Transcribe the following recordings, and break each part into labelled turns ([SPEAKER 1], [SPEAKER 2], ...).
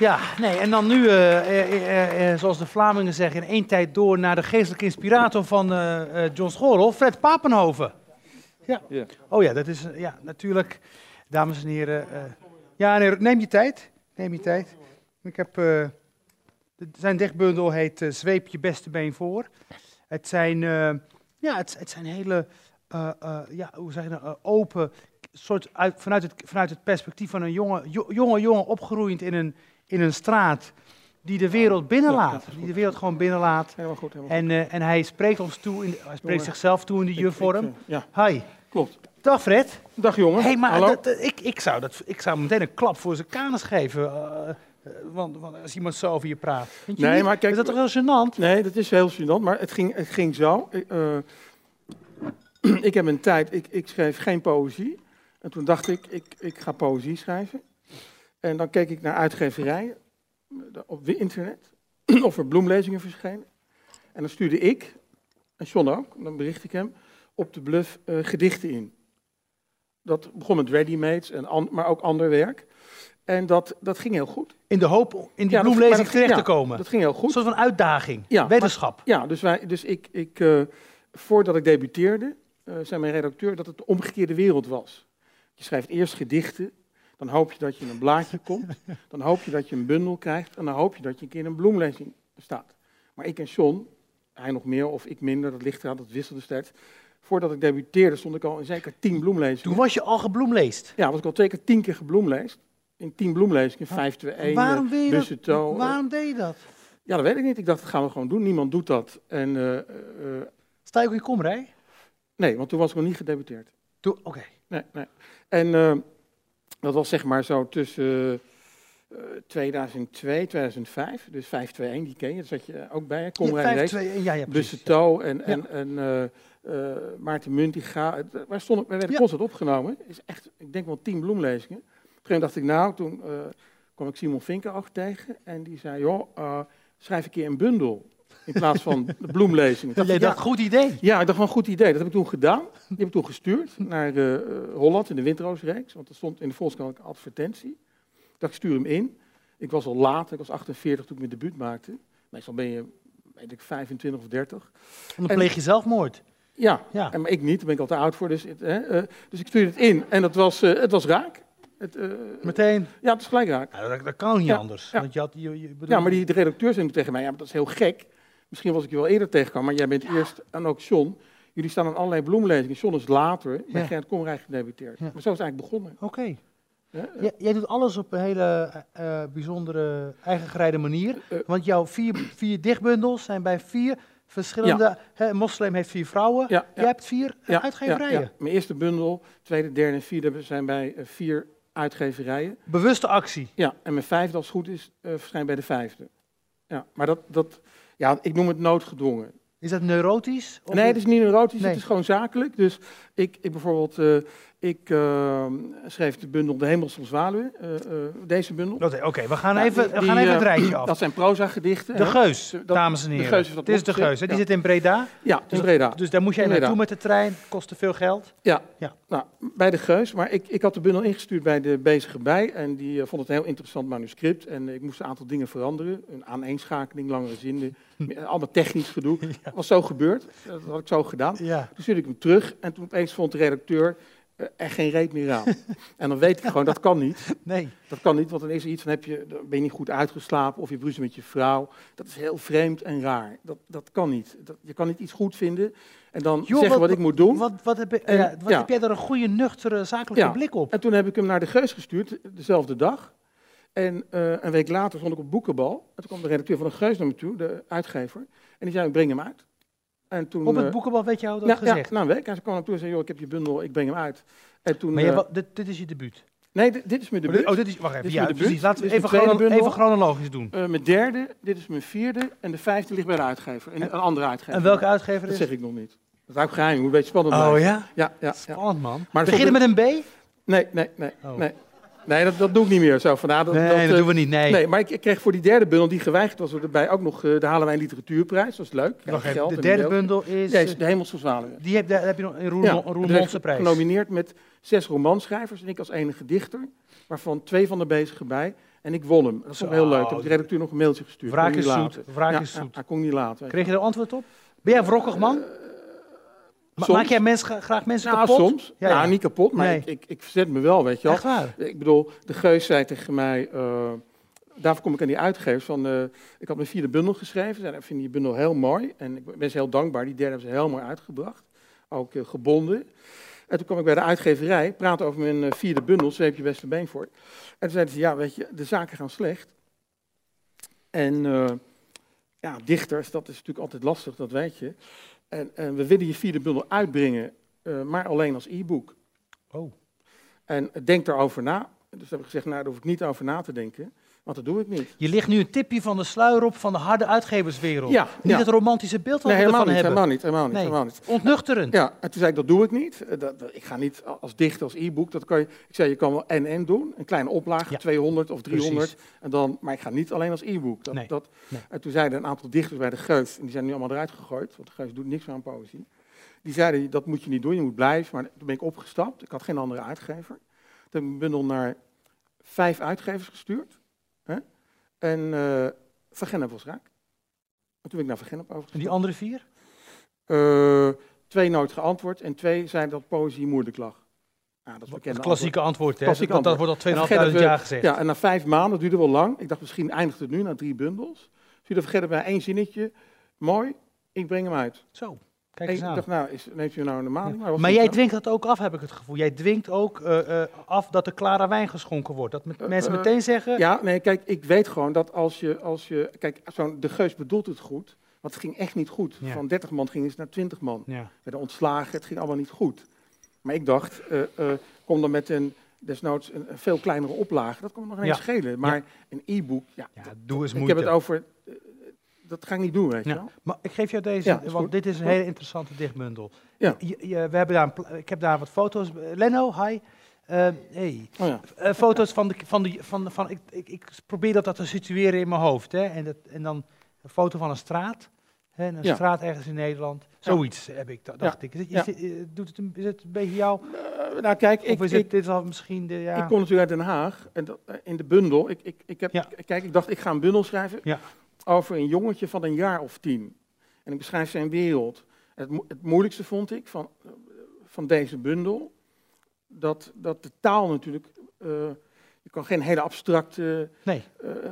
[SPEAKER 1] Ja, nee, en dan nu, eh, eh, eh, eh, zoals de Vlamingen zeggen, in één tijd door naar de geestelijke inspirator van eh, eh, John Schorl, Fred Papenhoven. Ja.
[SPEAKER 2] Ja.
[SPEAKER 1] Oh ja, dat is eh, ja, natuurlijk, dames en heren. eh, ja, nee, neem je tijd. Neem je tijd. Ik heb, eh, de- zijn dichtbundel heet eh, Zweep je beste been voor. Het zijn, eh, ja, het, het zijn hele, eh, eh, ja, hoe zeg je dat, eh, open, soort uit, vanuit, het, vanuit het perspectief van een jonge, jo- jonge jongen opgeroeid in een, in een straat die de wereld binnenlaat. Die de wereld gewoon binnenlaat.
[SPEAKER 2] Helemaal goed, helemaal
[SPEAKER 1] En, eh, en hij spreekt ons toe, in, hij spreekt
[SPEAKER 2] Jongen.
[SPEAKER 1] zichzelf toe in de
[SPEAKER 2] goed. Ik-
[SPEAKER 1] jurvorm.
[SPEAKER 2] ik, eh, Ja,
[SPEAKER 1] Hi.
[SPEAKER 2] klopt.
[SPEAKER 1] Dag Fred.
[SPEAKER 2] Dag jongen.
[SPEAKER 1] hey, maar
[SPEAKER 2] Hallo.
[SPEAKER 1] dat- dat- ik, ik, zou dat, ik zou hem meteen een klap voor zijn kanus geven. eh, eh, want, want als iemand zo over je praat. Vind je
[SPEAKER 2] Nee,
[SPEAKER 1] niet?
[SPEAKER 2] maar kijk-
[SPEAKER 1] Is dat toch heel gênant?
[SPEAKER 2] Nee, dat is heel gênant, maar het ging, het ging zo. Ik, eh, ik heb een tijd, ik, ik schreef geen poëzie. En toen dacht ik, ik, ik ga poëzie schrijven. En dan keek ik naar uitgeverijen eh, op het internet, of er bloemlezingen verschenen. En dan stuurde ik, en John ook, dan bericht ik hem, op de bluff eh, gedichten in. Dat begon met readymates, en an- maar ook ander werk. En dat, dat ging heel goed.
[SPEAKER 1] In de hoop om in die
[SPEAKER 2] Ja, dat-
[SPEAKER 1] bloemlezing
[SPEAKER 2] maar dat-
[SPEAKER 1] terecht
[SPEAKER 2] ja,
[SPEAKER 1] te komen.
[SPEAKER 2] Dat ging heel goed.
[SPEAKER 1] Een soort van uitdaging.
[SPEAKER 2] Ja, maar-
[SPEAKER 1] Weddenschap.
[SPEAKER 2] Ja, dus, wij, dus ik, ik eh, voordat ik debuteerde, eh, zei mijn redacteur dat het de omgekeerde wereld was. Je schrijft eerst gedichten, dan hoop je dat je in een blaadje komt, dan hoop je dat je een bundel krijgt en dan hoop je dat je een keer in een bloemlezing staat. Maar ik en John, hij nog meer of ik minder, dat ligt eraan, dat wisselde steeds. Voordat ik debuteerde stond ik al in zeker tien
[SPEAKER 1] Toen
[SPEAKER 2] bloemlezingen.
[SPEAKER 1] was je al gebloemleest.
[SPEAKER 2] Ja, was ik al zeker tien keer gebloemleest. In tien bloemlezingen, vijf, twee, één,
[SPEAKER 1] waarom, wil je dat-
[SPEAKER 2] Busseto, eh,
[SPEAKER 1] waarom deed je dat?
[SPEAKER 2] Ja, dat weet ik niet. Ik dacht, dat gaan we gewoon doen. Niemand doet dat. En eh, eh,
[SPEAKER 1] Sta je ook in Komrij?
[SPEAKER 2] Nee, want toen was ik nog niet gedebuteerd.
[SPEAKER 1] Doe- Oké.
[SPEAKER 2] Nee, nee. En eh, dat was zeg maar zo tussen eh 2002, 2005. Dus 521, die ken je, daar zat je ook bij. hè, Conrad
[SPEAKER 1] ja,
[SPEAKER 2] Rees,
[SPEAKER 1] 2, ja, ja, precies.
[SPEAKER 2] Busseto en, en, en eh, eh, Maarten Muntinga. Eh, Waar, stonden, waar werden
[SPEAKER 1] Ja.
[SPEAKER 2] constant opgenomen. is echt, ik denk wel tien bloemlezingen. Op een gegeven moment dacht ik, nou, toen eh, kwam ik Simon Vinken ook tegen. En die zei, joh, eh, schrijf een keer een bundel. In plaats van de bloemlezingen.
[SPEAKER 1] Jij
[SPEAKER 2] Ik dacht,
[SPEAKER 1] dacht,
[SPEAKER 2] ja,
[SPEAKER 1] goed idee.
[SPEAKER 2] ja, ik dacht van een goed idee. Dat heb ik toen gedaan. Die heb ik toen gestuurd naar eh, eh, Holland in de Windroosreeks. Want er stond in de Volkskrant een advertentie. Ik dacht, ik stuur hem in. Ik was al laat, ik was 48 toen ik mijn debuut maakte. Meestal ben je, weet ik, 25 of 30.
[SPEAKER 1] Want dan
[SPEAKER 2] En-
[SPEAKER 1] pleeg je zelfmoord.
[SPEAKER 2] Ja,
[SPEAKER 1] Ja.
[SPEAKER 2] En, maar ik niet, daar ben ik al te oud voor. Dus, het, hè, eh, dus ik stuurde het in en het was, eh, het was raak. Het, eh,
[SPEAKER 1] Meteen.
[SPEAKER 2] ja, het is gelijk raak.
[SPEAKER 1] Nou, dat, dat kan niet
[SPEAKER 2] Ja,
[SPEAKER 1] anders.
[SPEAKER 2] ja.
[SPEAKER 1] Want je had, je, je- bedoel-
[SPEAKER 2] Ja, maar die, de redacteur zei toen tegen mij, ja, maar dat is heel gek. Misschien was ik je wel eerder tegengekomen, maar jij bent eerst, en ook John, jullie staan aan allerlei bloemlezingen. John is later bij
[SPEAKER 1] Ja.
[SPEAKER 2] Gerrit Komrij gedebuteerd.
[SPEAKER 1] Ja.
[SPEAKER 2] Maar zo is het eigenlijk begonnen.
[SPEAKER 1] Oké.
[SPEAKER 2] Ja,
[SPEAKER 1] J- Jij doet alles op een hele eh, eh, bijzondere, eigengereide manier.
[SPEAKER 2] Eh, eh.
[SPEAKER 1] want jouw vier, vier dichtbundels zijn bij vier verschillende... Hè, Moslim heeft vier vrouwen.
[SPEAKER 2] Ja,
[SPEAKER 1] Jij hebt vier eh,
[SPEAKER 2] ja,
[SPEAKER 1] uitgeverijen.
[SPEAKER 2] ja. Mijn eerste bundel, tweede, derde en vierde zijn bij eh, vier uitgeverijen.
[SPEAKER 1] Bewuste actie.
[SPEAKER 2] Ja, en mijn vijfde, als het goed is, eh, verschijnt bij de vijfde. Ja, maar dat, dat ja, ik noem het noodgedwongen.
[SPEAKER 1] Is dat neurotisch? Of
[SPEAKER 2] nee, het is niet neurotisch,
[SPEAKER 1] Nee.
[SPEAKER 2] het is gewoon zakelijk. Dus ik, ik bijvoorbeeld, eh, ik eh, schreef de bundel De Hemel soms Zwaluwen, eh, eh, deze bundel.
[SPEAKER 1] Oké, oké, we gaan
[SPEAKER 2] Ja,
[SPEAKER 1] even,
[SPEAKER 2] die-
[SPEAKER 1] we gaan
[SPEAKER 2] die,
[SPEAKER 1] even het
[SPEAKER 2] eh,
[SPEAKER 1] rijtje af.
[SPEAKER 2] Dat zijn proza-gedichten.
[SPEAKER 1] De
[SPEAKER 2] hè?
[SPEAKER 1] Geus,
[SPEAKER 2] dat-
[SPEAKER 1] dames en
[SPEAKER 2] de
[SPEAKER 1] heren.
[SPEAKER 2] Geus heeft dat
[SPEAKER 1] Dit is de
[SPEAKER 2] opgezet,
[SPEAKER 1] Geus, hè? die
[SPEAKER 2] ja.
[SPEAKER 1] zit in Breda.
[SPEAKER 2] Ja, dus Breda.
[SPEAKER 1] Dus daar moet jij
[SPEAKER 2] Breda.
[SPEAKER 1] naartoe met de trein. Kost te veel geld.
[SPEAKER 2] Ja,
[SPEAKER 1] Ja.
[SPEAKER 2] Nou, bij de Geus. Maar ik, ik had de bundel ingestuurd bij de bezige bij. En die eh, vond het een heel interessant manuscript. En ik moest een aantal dingen veranderen. Een aaneenschakeling, langere zinnen.
[SPEAKER 1] Hm.
[SPEAKER 2] eh, Allemaal technisch gedoe. Dat was zo gebeurd. Dat had ik zo gedaan.
[SPEAKER 1] Ja.
[SPEAKER 2] Toen stuurde ik hem terug. En toen opeens vond de redacteur eh, er geen reet meer aan. en dan weet ik gewoon, dat kan niet.
[SPEAKER 1] Nee.
[SPEAKER 2] Dat kan niet, want dan is er iets van, heb je, dan ben je niet goed uitgeslapen of je bruist met je vrouw. Dat is heel vreemd en raar. Dat, dat kan niet. Dat, je kan niet iets goed vinden en dan
[SPEAKER 1] Joh,
[SPEAKER 2] zeggen wat,
[SPEAKER 1] wat-
[SPEAKER 2] ik moet doen.
[SPEAKER 1] Wat, wat, heb, je-
[SPEAKER 2] En,
[SPEAKER 1] ja, wat
[SPEAKER 2] ja.
[SPEAKER 1] heb jij daar een goede, nuchtere, zakelijke
[SPEAKER 2] Ja.
[SPEAKER 1] blik op?
[SPEAKER 2] En toen heb ik hem naar de Geus gestuurd, dezelfde dag. En eh, een week later stond ik op boekenbal. En toen kwam de redacteur van de Geus naar me toe, de uitgever. En die zei, ik breng hem uit. En toen,
[SPEAKER 1] Op
[SPEAKER 2] eh,
[SPEAKER 1] het boekenbal weet je al dat
[SPEAKER 2] ja, ja,
[SPEAKER 1] gezegd.
[SPEAKER 2] na een week. En ze kwam naar me toe en zei, joh, ik heb je bundel, ik breng hem uit. En toen,
[SPEAKER 1] maar jij
[SPEAKER 2] eh,
[SPEAKER 1] wa- dit, dit is je debuut.
[SPEAKER 2] nee, dit, dit is mijn
[SPEAKER 1] Oh,
[SPEAKER 2] debuut.
[SPEAKER 1] dit- Oh, dit is, wacht even.
[SPEAKER 2] Dit is
[SPEAKER 1] ja,
[SPEAKER 2] mijn debuut.
[SPEAKER 1] precies. Laten we
[SPEAKER 2] Dit is
[SPEAKER 1] even,
[SPEAKER 2] mijn tweede
[SPEAKER 1] chrono- even
[SPEAKER 2] bundel.
[SPEAKER 1] chronologisch doen.
[SPEAKER 2] Eh, mijn derde, dit is mijn vierde en de vijfde ligt bij de uitgever. En een andere uitgever.
[SPEAKER 1] En welke uitgever
[SPEAKER 2] Dat
[SPEAKER 1] is
[SPEAKER 2] zeg ik nog niet. Dat is ook geheim, hoe een beetje spannend
[SPEAKER 1] Oh
[SPEAKER 2] blijven.
[SPEAKER 1] ja?
[SPEAKER 2] Ja, ja, ja.
[SPEAKER 1] Spannend, man.
[SPEAKER 2] Maar
[SPEAKER 1] Beginnen met een B? Nee,
[SPEAKER 2] Nee, nee, nee,
[SPEAKER 1] Oh.
[SPEAKER 2] nee. Nee, dat, dat doe ik niet meer zo. Vandaar dat, dat,
[SPEAKER 1] dat,
[SPEAKER 2] eh,
[SPEAKER 1] doen we niet. Nee.
[SPEAKER 2] Nee, maar ik, ik kreeg voor die derde bundel, die geweigerd was, erbij ook nog eh, de Halenwijn Literatuurprijs. Dat is leuk. Krijg
[SPEAKER 1] Wacht even,
[SPEAKER 2] geld
[SPEAKER 1] de
[SPEAKER 2] en
[SPEAKER 1] derde
[SPEAKER 2] een
[SPEAKER 1] bundel is...
[SPEAKER 2] mail. Deze,
[SPEAKER 1] eh,
[SPEAKER 2] de Hemelse Zwaluwen.
[SPEAKER 1] Die heb, daar heb je nog een
[SPEAKER 2] Ja,
[SPEAKER 1] Roermond- een
[SPEAKER 2] de rest
[SPEAKER 1] Roermondse prijs.
[SPEAKER 2] Genomineerd met zes romanschrijvers en ik als enige dichter, waarvan twee van de bezige bij. En ik won hem. Dat vond ik heel
[SPEAKER 1] Zo.
[SPEAKER 2] leuk. Toen heb ik toen nog een mailtje gestuurd.
[SPEAKER 1] Wraak
[SPEAKER 2] Kon
[SPEAKER 1] is
[SPEAKER 2] niet
[SPEAKER 1] zoet.
[SPEAKER 2] laten.
[SPEAKER 1] Wraak
[SPEAKER 2] Ja,
[SPEAKER 1] is
[SPEAKER 2] ja,
[SPEAKER 1] zoet.
[SPEAKER 2] Hij kon niet laten.
[SPEAKER 1] Kreeg je er antwoord op? Ben jij een wrokkig man? Ma-
[SPEAKER 2] soms.
[SPEAKER 1] Maak jij mensen, gra- graag mensen
[SPEAKER 2] Nou,
[SPEAKER 1] kapot?
[SPEAKER 2] soms.
[SPEAKER 1] Ja,
[SPEAKER 2] nou,
[SPEAKER 1] ja.
[SPEAKER 2] niet kapot, maar
[SPEAKER 1] Nee.
[SPEAKER 2] ik, ik, ik verzet me wel, weet je wel.
[SPEAKER 1] Echt waar?
[SPEAKER 2] Eh, Ik bedoel, de geus zei tegen mij, eh, daarvoor kom ik aan die uitgevers, van, eh, ik had mijn vierde bundel geschreven, zei, ik vind die bundel heel mooi en ik ben ze heel dankbaar, die derde hebben ze heel mooi uitgebracht, ook eh, gebonden. En toen kwam ik bij de uitgeverij, praatte over mijn eh, vierde bundel, Zweepje Beste Been voor. En toen zeiden ze, ja weet je, de zaken gaan slecht. En eh, ja, dichters, dat is natuurlijk altijd lastig, dat weet je. En, en we willen je vierde bundel uitbrengen, eh, maar alleen als e-book.
[SPEAKER 1] Oh.
[SPEAKER 2] En denk daarover na. Dus heb ik gezegd, nou, daar hoef ik niet over na te denken, want dat doe ik niet.
[SPEAKER 1] Je ligt nu een tipje van de sluier op van de harde uitgeverswereld.
[SPEAKER 2] Ja,
[SPEAKER 1] Niet
[SPEAKER 2] ja.
[SPEAKER 1] het romantische beeld wat
[SPEAKER 2] Nee,
[SPEAKER 1] we ervan
[SPEAKER 2] helemaal niet,
[SPEAKER 1] hebben.
[SPEAKER 2] helemaal niet, helemaal niet,
[SPEAKER 1] Nee.
[SPEAKER 2] helemaal niet.
[SPEAKER 1] Ontnuchterend.
[SPEAKER 2] Ja, en toen zei ik, dat doe ik niet. Eh, Dat, dat- ik ga niet a- als dicht, als e-book. Dat kan je, ik zei, je kan wel en-en doen, een kleine oplage,
[SPEAKER 1] Ja.
[SPEAKER 2] 200 of
[SPEAKER 1] Precies.
[SPEAKER 2] 300. En dan, maar ik ga niet alleen als e-book. Dat,
[SPEAKER 1] Nee,
[SPEAKER 2] dat,
[SPEAKER 1] nee.
[SPEAKER 2] En toen zeiden een aantal dichters bij de Geus, en die zijn nu allemaal eruit gegooid, want de Geus doet niks meer aan poëzie. Die zeiden, dat moet je niet doen, je moet blijven. Maar toen ben ik opgestapt, ik had geen andere uitgever. Toen heb ik mijn bundel naar vijf uitgevers gestuurd. Hè? En eh, Van Gennep was raak. En toen ben ik naar Van Gennep
[SPEAKER 1] En
[SPEAKER 2] overgestapt.
[SPEAKER 1] die andere vier?
[SPEAKER 2] Eh, twee nooit geantwoord en twee zeiden dat poëzie moeilijk lag. Ja, dat is bekende
[SPEAKER 1] Het klassieke antwoord, hè?
[SPEAKER 2] Klassiek
[SPEAKER 1] Want dat
[SPEAKER 2] antwoord.
[SPEAKER 1] wordt al
[SPEAKER 2] En vergeet
[SPEAKER 1] 2.500 jaar
[SPEAKER 2] dat we-
[SPEAKER 1] gezegd.
[SPEAKER 2] Ja, en na vijf maanden, dat duurde wel lang. Ik dacht, misschien eindigt het nu na drie bundels. Dus jullie vergeten bij één zinnetje. Mooi, ik breng hem uit.
[SPEAKER 1] Zo,
[SPEAKER 2] En
[SPEAKER 1] kijk
[SPEAKER 2] ik
[SPEAKER 1] eens aan.
[SPEAKER 2] dacht, nou, is, neemt u nou een maand?
[SPEAKER 1] Ja. Maar jij dwingt dat ook af, heb ik het gevoel. Jij dwingt ook eh, eh, af dat er klare wijn geschonken wordt. Dat met-
[SPEAKER 2] Eh,
[SPEAKER 1] mensen
[SPEAKER 2] eh,
[SPEAKER 1] meteen zeggen,
[SPEAKER 2] Ja, nee, kijk, ik weet gewoon dat als je... Als je kijk, zo'n de Geus bedoelt het goed. Want het ging echt niet goed.
[SPEAKER 1] Ja.
[SPEAKER 2] Van 30 man ging het naar 20 man.
[SPEAKER 1] Ja.
[SPEAKER 2] werden ontslagen, het ging allemaal niet goed. Maar ik dacht, eh, eh, kom dan met een, desnoods een, een veel kleinere oplage, dat kon me nog niet
[SPEAKER 1] Ja.
[SPEAKER 2] schelen. Maar een e-book, ja,
[SPEAKER 1] Ja, doe eens
[SPEAKER 2] ik
[SPEAKER 1] moeite.
[SPEAKER 2] heb het over, eh, dat ga ik niet doen, weet je
[SPEAKER 1] Ja.
[SPEAKER 2] wel.
[SPEAKER 1] Maar ik geef jou deze,
[SPEAKER 2] Ja, is
[SPEAKER 1] want
[SPEAKER 2] goed.
[SPEAKER 1] dit is een
[SPEAKER 2] Goed.
[SPEAKER 1] hele interessante dichtbundel.
[SPEAKER 2] Ja.
[SPEAKER 1] Je- je- we hebben daar een pla- ik heb daar wat foto's. eh, Leno, hi. Eh, hey.
[SPEAKER 2] Oh ja,
[SPEAKER 1] Eh, foto's van de. Van de van, van, ik, ik, ik probeer dat, dat te situeren in mijn hoofd. Hè? En, dat, en dan een foto van een straat. Hè? en Een
[SPEAKER 2] Ja.
[SPEAKER 1] straat ergens in Nederland. Zoiets heb ik, da- dacht ik. Is, het- is
[SPEAKER 2] Ja.
[SPEAKER 1] dit- eh, doet het een, is het een beetje jou?
[SPEAKER 2] Eh, nou kijk, ik,
[SPEAKER 1] of is
[SPEAKER 2] ik,
[SPEAKER 1] het, dit is al misschien de. Ja,
[SPEAKER 2] ik kom natuurlijk uit Den Haag, en dat, eh, in de bundel, ik, ik, ik heb,
[SPEAKER 1] Ja.
[SPEAKER 2] kijk, ik dacht, ik ga een bundel schrijven
[SPEAKER 1] Ja.
[SPEAKER 2] over een jongetje van een jaar of tien. En ik beschrijf zijn wereld. Het, mo- het moeilijkste vond ik van, eh, van deze bundel, dat, dat de taal natuurlijk, eh, je kan geen hele abstracte
[SPEAKER 1] nee,
[SPEAKER 2] eh, eh,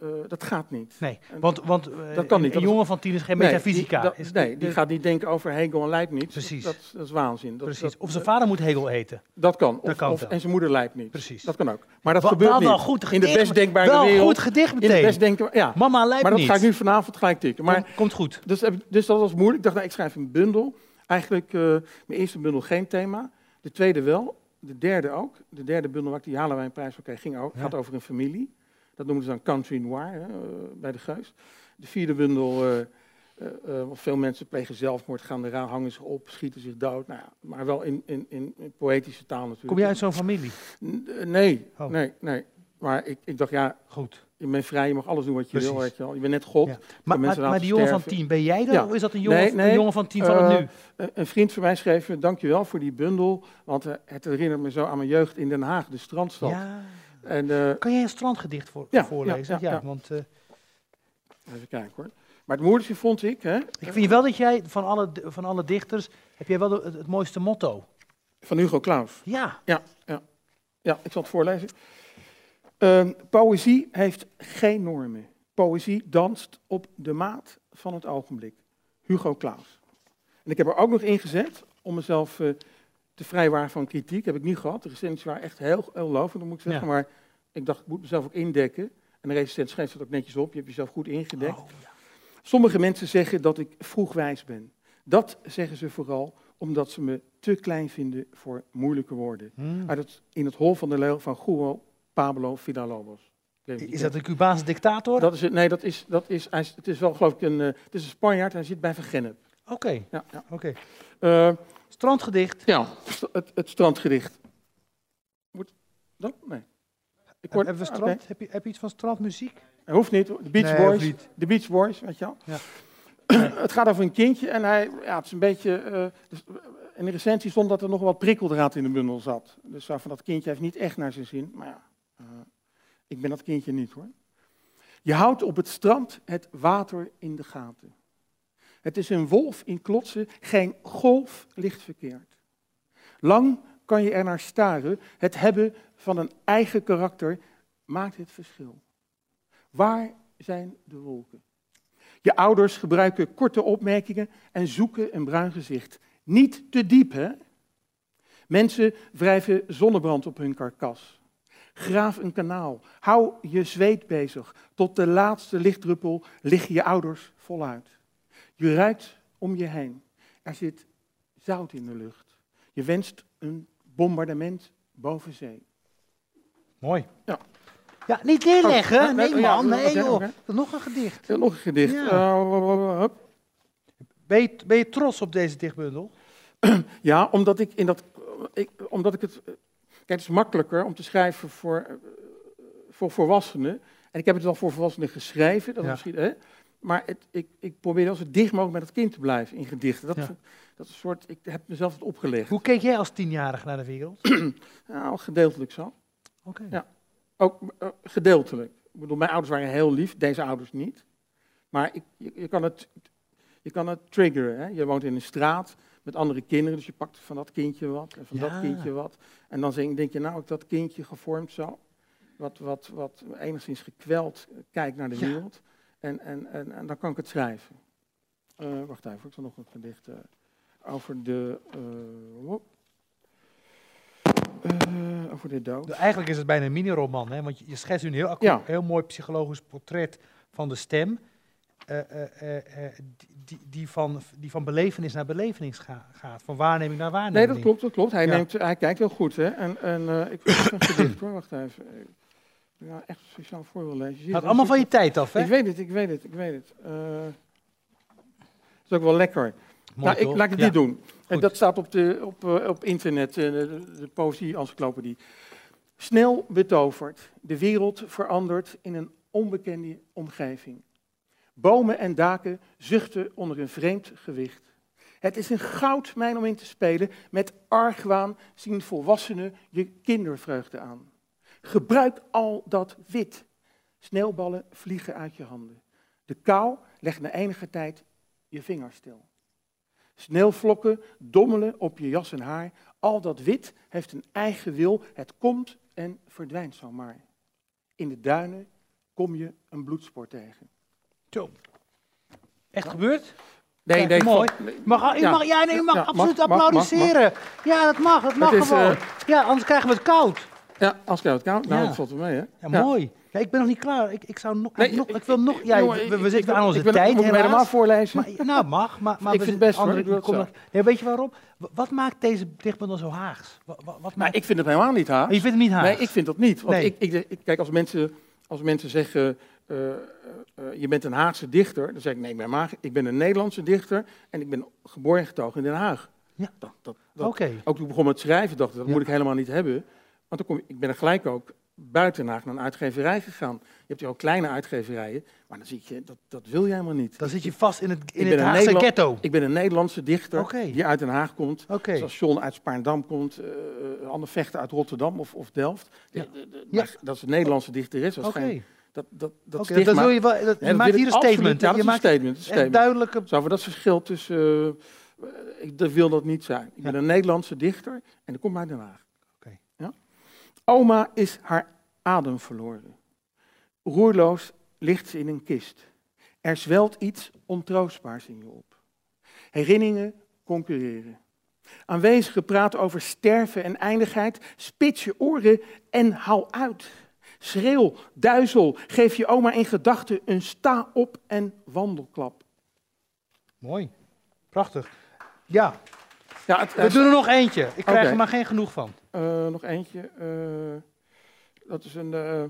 [SPEAKER 2] eh, dat gaat niet.
[SPEAKER 1] nee.
[SPEAKER 2] En-
[SPEAKER 1] Want, want eh,
[SPEAKER 2] Dat kan niet,
[SPEAKER 1] een
[SPEAKER 2] dat
[SPEAKER 1] jongen van tien is geen
[SPEAKER 2] Nee,
[SPEAKER 1] metafysica.
[SPEAKER 2] die- dat-
[SPEAKER 1] Is-
[SPEAKER 2] nee, die
[SPEAKER 1] de-
[SPEAKER 2] gaat niet denken over Hegel en Leibniz.
[SPEAKER 1] Precies.
[SPEAKER 2] Dat, dat is waanzin. Dat,
[SPEAKER 1] precies.
[SPEAKER 2] Dat,
[SPEAKER 1] Of zijn vader moet Hegel eten.
[SPEAKER 2] dat kan. Of,
[SPEAKER 1] Dat kan
[SPEAKER 2] of-
[SPEAKER 1] wel.
[SPEAKER 2] en zijn moeder Leibniz.
[SPEAKER 1] Precies.
[SPEAKER 2] Dat kan ook. Maar dat
[SPEAKER 1] Wa-
[SPEAKER 2] gebeurt
[SPEAKER 1] wel
[SPEAKER 2] niet.
[SPEAKER 1] een goed
[SPEAKER 2] in de
[SPEAKER 1] gedicht,
[SPEAKER 2] best denkbare
[SPEAKER 1] wel een
[SPEAKER 2] wereld.
[SPEAKER 1] goed gedicht
[SPEAKER 2] in de
[SPEAKER 1] meteen.
[SPEAKER 2] best denkbare. Ja.
[SPEAKER 1] Mama lijkt
[SPEAKER 2] Maar dat
[SPEAKER 1] niet.
[SPEAKER 2] ga ik nu vanavond gelijk tikken. Maar
[SPEAKER 1] Kom- komt goed.
[SPEAKER 2] Dus, heb ik- dus dat was moeilijk. Ik dacht, nou, ik schrijf een bundel. Eigenlijk, eh, mijn eerste bundel geen thema. De tweede wel. De derde ook. De derde bundel waar ik die Halenwijnprijs voor kreeg, ging ook,
[SPEAKER 1] Ja.
[SPEAKER 2] gaat over een familie. Dat noemen ze dan Country Noir hè, eh, bij de Geus. De vierde bundel, eh, eh, eh, want veel mensen plegen zelfmoord, gaan eraan, hangen zich op, schieten zich dood. Nou ja, maar wel in, in, in, in poëtische taal natuurlijk.
[SPEAKER 1] Kom jij uit zo'n familie?
[SPEAKER 2] N- eh, Nee,
[SPEAKER 1] Oh.
[SPEAKER 2] nee, nee. Maar ik, ik dacht, ja,
[SPEAKER 1] Goed.
[SPEAKER 2] in mijn vrij, je mag alles doen wat je wil,
[SPEAKER 1] Precies.
[SPEAKER 2] weet je wel. Je bent net God.
[SPEAKER 1] Ja. Maar, maar,
[SPEAKER 2] mensen laten
[SPEAKER 1] maar die jongen van
[SPEAKER 2] sterven.
[SPEAKER 1] tien, ben jij dat?
[SPEAKER 2] Ja.
[SPEAKER 1] Of is dat een jongen,
[SPEAKER 2] Nee, nee.
[SPEAKER 1] een jongen van tien van het
[SPEAKER 2] Eh,
[SPEAKER 1] nu?
[SPEAKER 2] Een een vriend van mij schreef me, dankjewel voor die bundel, want eh, het herinnert me zo aan mijn jeugd in Den Haag, de strandstad.
[SPEAKER 1] Ja.
[SPEAKER 2] En eh,
[SPEAKER 1] Kan jij een strandgedicht voor,
[SPEAKER 2] Ja,
[SPEAKER 1] voorlezen?
[SPEAKER 2] ja, ja, ja.
[SPEAKER 1] want eh,
[SPEAKER 2] even kijken hoor. Maar het moeilijkste vond ik, hè,
[SPEAKER 1] ik vind wel dat jij van alle, van alle dichters heb jij wel de- het, het mooiste motto.
[SPEAKER 2] van Hugo Claus.
[SPEAKER 1] Ja,
[SPEAKER 2] Ja, ja. ja ik zal het voorlezen. Ehm, poëzie heeft geen normen. Poëzie danst op de maat van het ogenblik. Hugo Claus. En ik heb er ook nog in gezet om mezelf eh, te vrijwaren van kritiek. Heb ik niet gehad. De recensies waren echt heel, heel lovend, moet ik zeggen.
[SPEAKER 1] Ja.
[SPEAKER 2] Maar ik dacht, ik moet mezelf ook indekken. En de recensent schreef dat ook netjes op. Je hebt jezelf goed ingedekt.
[SPEAKER 1] Oh, ja.
[SPEAKER 2] Sommige mensen zeggen dat ik vroeg wijs ben. Dat zeggen ze vooral omdat ze me te klein vinden voor moeilijke woorden.
[SPEAKER 1] Hmm.
[SPEAKER 2] Uit het, in het hol van de leeuw van Juan Pablo Villalobos. Ik weet niet wie
[SPEAKER 1] Is
[SPEAKER 2] het
[SPEAKER 1] dat een Cubaanse dictator?
[SPEAKER 2] dat is het, nee, dat is, dat is, hij is- het is wel geloof ik een, eh, het is een Spanjaard, hij zit bij Vergennep.
[SPEAKER 1] Oké,
[SPEAKER 2] Ja, ja.
[SPEAKER 1] oké.
[SPEAKER 2] Eh,
[SPEAKER 1] Strandgedicht.
[SPEAKER 2] ja, st- het, het strandgedicht. Moet dat? Nee. Ik hoor-
[SPEAKER 1] Hebben we
[SPEAKER 2] oké.
[SPEAKER 1] strand? Heb, je, heb je iets van strandmuziek?
[SPEAKER 2] Hij hoeft niet, hoor. de Beach
[SPEAKER 1] Nee, hoeft
[SPEAKER 2] Boys.
[SPEAKER 1] niet.
[SPEAKER 2] De Beach Boys, weet je wel.
[SPEAKER 1] Ja.
[SPEAKER 2] het gaat over een kindje en hij, ja, het is een beetje... eh, dus, eh, in de recensie stond dat er nog wat prikkeldraad in de bundel zat. Dus zo van dat kindje heeft niet echt naar zijn zin, maar ja. eh, Ik ben dat kindje niet hoor. Je houdt op het strand het water in de gaten. Het is een wolf in klotsen, geen golf ligt verkeerd. Lang kan je er naar staren. Het hebben van een eigen karakter maakt het verschil. Waar zijn de wolken? Je ouders gebruiken korte opmerkingen en zoeken een bruin gezicht. Niet te diep, hè? Mensen wrijven zonnebrand op hun karkas. Graaf een kanaal. Hou je zweet bezig. Tot de laatste lichtdruppel liggen je ouders voluit. Je ruikt om je heen. Er zit zout in de lucht. Je wenst een bombardement boven zee.
[SPEAKER 1] Mooi.
[SPEAKER 3] Ja, niet neerleggen.
[SPEAKER 2] Oh,
[SPEAKER 3] nee,
[SPEAKER 2] nee,
[SPEAKER 3] man.
[SPEAKER 2] ja,
[SPEAKER 3] Nee,
[SPEAKER 2] oké,
[SPEAKER 3] joh.
[SPEAKER 2] oké.
[SPEAKER 3] Nog een gedicht.
[SPEAKER 2] Eh, Nog een gedicht.
[SPEAKER 3] Ja.
[SPEAKER 2] Eh, hup.
[SPEAKER 1] Ben je, ben je trots op deze dichtbundel?
[SPEAKER 2] Ja, omdat ik in dat. eh, Ik, omdat ik het. Kijk, het is makkelijker om te schrijven voor, eh, voor volwassenen. En ik heb het wel voor volwassenen geschreven. Dat is
[SPEAKER 1] Ja.
[SPEAKER 2] misschien, hè? Maar het, ik, ik probeer wel zo dicht mogelijk met het kind te blijven in gedichten. Dat,
[SPEAKER 1] Ja.
[SPEAKER 2] is- dat is een soort. Ik heb mezelf het opgelegd.
[SPEAKER 1] Hoe keek jij als tienjarige naar de wereld?
[SPEAKER 2] Nou, gedeeltelijk zo.
[SPEAKER 1] Oké.
[SPEAKER 2] Ja. Ook eh, gedeeltelijk. Ik bedoel, mijn ouders waren heel lief, deze ouders niet. Maar ik, je, je kan het, je kan het triggeren. Hè? Je woont in een straat met andere kinderen, dus je pakt van dat kindje wat en van
[SPEAKER 1] Ja.
[SPEAKER 2] dat kindje wat. En dan denk denk je, nou, ik dat kindje gevormd zo, wat, wat, wat enigszins gekweld eh, kijkt naar de
[SPEAKER 1] Ja.
[SPEAKER 2] wereld. En, en, en, en dan kan ik het schrijven. Eh, wacht even, ik zal nog een gedicht eh, over de... eh, wop. Eh, over de dood.
[SPEAKER 1] Nou, Eigenlijk is het bijna een mini-roman, hè? want je, je schetst nu een heel, accu-
[SPEAKER 2] Ja.
[SPEAKER 1] heel mooi psychologisch portret van de stem, eh, eh, eh, eh, die- die, die, van, die van belevenis naar belevenis ga- gaat, van waarneming naar waarneming.
[SPEAKER 2] Nee, dat klopt, dat klopt. Hij,
[SPEAKER 1] Ah, Ja.
[SPEAKER 2] neemt, hij kijkt heel goed, hè. En, en eh, ik heb een gedicht, hoor, wacht even. Ik ben nou echt speciaal voor wil lezen. Je ziet
[SPEAKER 1] Het gaat
[SPEAKER 2] het,
[SPEAKER 1] allemaal
[SPEAKER 2] ik
[SPEAKER 1] van je tijd af, hè?
[SPEAKER 2] Ik weet het, ik weet het, ik weet het. Eh, is ook wel lekker.
[SPEAKER 1] Mooi,
[SPEAKER 2] nou, ik,
[SPEAKER 1] toch?
[SPEAKER 2] laat ik
[SPEAKER 1] Ja.
[SPEAKER 2] dit doen. En
[SPEAKER 1] Goed.
[SPEAKER 2] dat staat op, de, op, eh, op internet, eh, de, de poëzie-encyclopedie. Snel betoverd, de wereld verandert in een onbekende omgeving. Bomen en daken zuchten onder een vreemd gewicht. Het is een goudmijn om in te spelen. Met argwaan zien volwassenen je kindervreugde aan. Gebruik al dat wit. Sneeuwballen vliegen uit je handen. De kou legt na enige tijd je vingers stil. Sneeuwvlokken dommelen op je jas en haar. Al dat wit heeft een eigen wil. Het komt en verdwijnt zomaar. In de duinen kom je een bloedspoor tegen.
[SPEAKER 1] Zo. Echt gebeurd?
[SPEAKER 2] Nee,
[SPEAKER 1] Kijk, mooi.
[SPEAKER 2] nee,
[SPEAKER 1] Mag, al- u
[SPEAKER 2] ja.
[SPEAKER 1] mag, ja, nee, u mag
[SPEAKER 2] Ja,
[SPEAKER 1] absoluut
[SPEAKER 2] mag, mag, mag,
[SPEAKER 1] applaudisseren. Ja, dat mag, dat mag
[SPEAKER 2] is,
[SPEAKER 1] gewoon.
[SPEAKER 2] eh,
[SPEAKER 1] Ja, anders krijgen we het koud.
[SPEAKER 2] Ja, als ik uit het koud, nou,
[SPEAKER 1] Ja.
[SPEAKER 2] dat valt wel mee, hè?
[SPEAKER 1] Ja, mooi. Ja, ik ben nog niet klaar. Ik, ik, zou nog,
[SPEAKER 2] Nee,
[SPEAKER 1] nog, ik, wil nog... Ja,
[SPEAKER 2] jongen,
[SPEAKER 1] we-
[SPEAKER 2] ik-
[SPEAKER 1] we,
[SPEAKER 2] ik-
[SPEAKER 1] zitten
[SPEAKER 2] ik-
[SPEAKER 1] aan onze
[SPEAKER 2] ik ben-
[SPEAKER 1] tijd,
[SPEAKER 2] Moet ik hem helemaal
[SPEAKER 1] helaas.
[SPEAKER 2] voorlezen?
[SPEAKER 1] Maar, nou, mag, maar, maar
[SPEAKER 2] Ik
[SPEAKER 1] we
[SPEAKER 2] vind het
[SPEAKER 1] zijn
[SPEAKER 2] best, hoor.
[SPEAKER 1] andere-
[SPEAKER 2] Ik doe dat
[SPEAKER 1] kom
[SPEAKER 2] zo.
[SPEAKER 1] nog- nee, weet je waarom? Wa- Wat maakt deze dichtbundel dan zo haags? Wa- wa- Wat,
[SPEAKER 2] Maar
[SPEAKER 1] maakt...
[SPEAKER 2] ik vind het helemaal niet haast.
[SPEAKER 1] Oh, je vindt hem niet haags?
[SPEAKER 2] Nee, ik vind dat niet. Want
[SPEAKER 1] Nee.
[SPEAKER 2] ik, ik, ik- kijk, als mensen, als mensen zeggen, eh, eh, eh, je bent een Haagse dichter, dan zeg ik, nee, ik ben, maar, ik ben een Nederlandse dichter en ik ben geboren en getogen in Den Haag.
[SPEAKER 1] Ja.
[SPEAKER 2] Dat, dat, dat.
[SPEAKER 1] Oké.
[SPEAKER 2] Ook toen ik begon met schrijven dacht ik, dat
[SPEAKER 1] Ja.
[SPEAKER 2] moet ik helemaal niet hebben. Want dan kom, je- ik ben er gelijk ook buiten Den Haag naar een uitgeverij gegaan. Je hebt hier al kleine uitgeverijen, maar dan zie je, dat, dat wil je helemaal niet.
[SPEAKER 1] Dan zit je vast in het, in
[SPEAKER 2] ben
[SPEAKER 1] het
[SPEAKER 2] een
[SPEAKER 1] Haagse
[SPEAKER 2] Nederla-
[SPEAKER 1] ghetto.
[SPEAKER 2] Ik ben een Nederlandse dichter
[SPEAKER 1] Oké.
[SPEAKER 2] die uit Den Haag komt.
[SPEAKER 1] Oké.
[SPEAKER 2] Zoals Dus John uit Spaarndam komt, eh eh, Anne Vechter uit Rotterdam of, of Delft.
[SPEAKER 1] Ja.
[SPEAKER 2] De- de- de-
[SPEAKER 1] Ja.
[SPEAKER 2] maar Dat is een Nederlandse dichteres. Dat, is
[SPEAKER 1] Oké.
[SPEAKER 2] geen- dat, dat, dat
[SPEAKER 1] Oké,
[SPEAKER 2] stigma-
[SPEAKER 1] dat wil je wel... Dat,
[SPEAKER 2] Ja,
[SPEAKER 1] je
[SPEAKER 2] dat
[SPEAKER 1] maakt
[SPEAKER 2] wil
[SPEAKER 1] hier
[SPEAKER 2] ik
[SPEAKER 1] een
[SPEAKER 2] absoluut
[SPEAKER 1] statement.
[SPEAKER 2] niet. Ja,
[SPEAKER 1] hè?
[SPEAKER 2] dat
[SPEAKER 1] je
[SPEAKER 2] is een
[SPEAKER 1] maakt
[SPEAKER 2] statement. een
[SPEAKER 1] echt
[SPEAKER 2] statement.
[SPEAKER 1] duidelijke...
[SPEAKER 2] Zo, maar dat verschil tussen... eh, ik, dat wil dat niet zijn. Ik ben een Nederlandse dichter en ik kom uit Den Haag.
[SPEAKER 1] Oké.
[SPEAKER 2] Ja? Oma is haar adem verloren. Roerloos ligt ze in een kist. Er zwelt iets ontroostbaars in je op. Herinneringen concurreren. Aanwezig gepraat over sterven en eindigheid. Spits je oren en hou uit. Schreeuw, duizel, geef je oma in gedachten een sta op en wandelklap.
[SPEAKER 1] Mooi. Prachtig. Ja,
[SPEAKER 2] Ja, het,
[SPEAKER 1] we doen er nog eentje. Ik krijg
[SPEAKER 2] Oké.
[SPEAKER 1] er maar geen genoeg van.
[SPEAKER 2] eh, nog eentje. eh, dat is een. eh,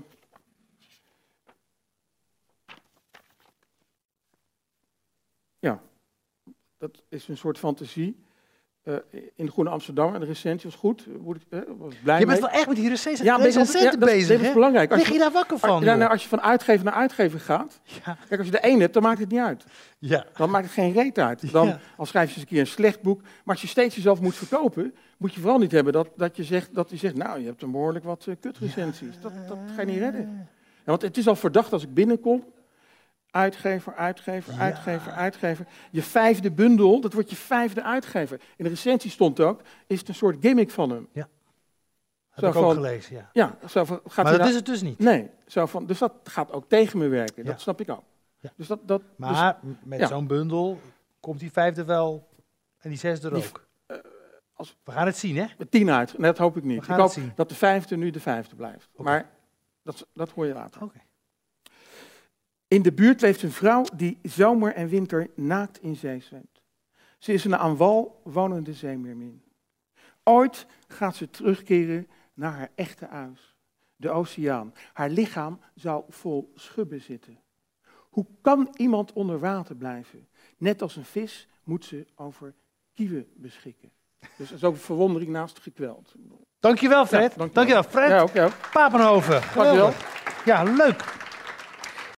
[SPEAKER 2] ja, dat is een soort fantasie. eh, in de Groene Amsterdam. En de recensie was goed. eh, moet ik- eh, was blij
[SPEAKER 3] Je
[SPEAKER 2] mee.
[SPEAKER 3] bent wel echt met die recensenten
[SPEAKER 2] Ja, maar dat is- ja, dat is-
[SPEAKER 3] bezig,
[SPEAKER 2] Dat is
[SPEAKER 3] hè?
[SPEAKER 2] belangrijk. Als
[SPEAKER 3] Lig je
[SPEAKER 2] je,
[SPEAKER 3] daar wakker van?
[SPEAKER 2] ja,
[SPEAKER 3] joh?
[SPEAKER 2] nou, als je van uitgever naar uitgever gaat.
[SPEAKER 3] Ja.
[SPEAKER 2] Kijk, als je er één hebt, dan maakt het niet uit.
[SPEAKER 3] Ja.
[SPEAKER 2] Dan maakt het geen reet uit. Dan,
[SPEAKER 3] Ja.
[SPEAKER 2] Al schrijf je eens een keer een slecht boek. Maar als je steeds jezelf moet verkopen, moet je vooral niet hebben dat, dat, je, zegt, dat je zegt, nou, je hebt een behoorlijk wat eh, kutrecensies. Dat, dat ga je niet redden. Ja, want het is al verdacht als ik binnenkom. Uitgever, uitgever,
[SPEAKER 3] Ja.
[SPEAKER 2] uitgever, uitgever. Je vijfde bundel, dat wordt je vijfde uitgever. In de recensie stond ook, is het een soort gimmick van hem.
[SPEAKER 3] Heb ik
[SPEAKER 2] Zo
[SPEAKER 3] ook
[SPEAKER 2] van-
[SPEAKER 3] gelezen, ja.
[SPEAKER 2] Ja, zo van, gaat
[SPEAKER 3] Maar
[SPEAKER 2] hij
[SPEAKER 3] dat
[SPEAKER 2] nou-
[SPEAKER 3] is het dus niet.
[SPEAKER 2] Nee, zo van, dus dat gaat ook tegen me werken.
[SPEAKER 3] Ja.
[SPEAKER 2] Dat snap ik ook.
[SPEAKER 3] Ja.
[SPEAKER 2] Dus dat, dat, dus
[SPEAKER 3] Maar met
[SPEAKER 2] ja.
[SPEAKER 3] zo'n bundel komt die vijfde wel en die zesde er
[SPEAKER 2] Die-
[SPEAKER 3] ook.
[SPEAKER 2] eh, als-
[SPEAKER 3] We gaan het zien, hè?
[SPEAKER 2] Tien uit. Nee, dat hoop ik niet.
[SPEAKER 3] We
[SPEAKER 2] Ik
[SPEAKER 3] gaan het
[SPEAKER 2] hoop
[SPEAKER 3] zien.
[SPEAKER 2] dat de vijfde nu de vijfde blijft.
[SPEAKER 3] Oké.
[SPEAKER 2] Maar dat, dat hoor je later.
[SPEAKER 3] Oké.
[SPEAKER 2] In de buurt leeft een vrouw die zomer en winter naakt in zee zwemt. Ze is een aan wal wonende zeemeermin. Ooit gaat ze terugkeren naar haar echte huis, de oceaan. Haar lichaam zou vol schubben zitten. Hoe kan iemand onder water blijven? Net als een vis moet ze over kieuwen beschikken. Dus dat is ook verwondering naast gekweld.
[SPEAKER 3] Dankjewel, Fred.
[SPEAKER 2] Ja, dankjewel.
[SPEAKER 3] dankjewel. Fred
[SPEAKER 2] Ja, oké.
[SPEAKER 3] Papenhoven.
[SPEAKER 2] Dankjewel.
[SPEAKER 3] Geweldig. Ja, leuk.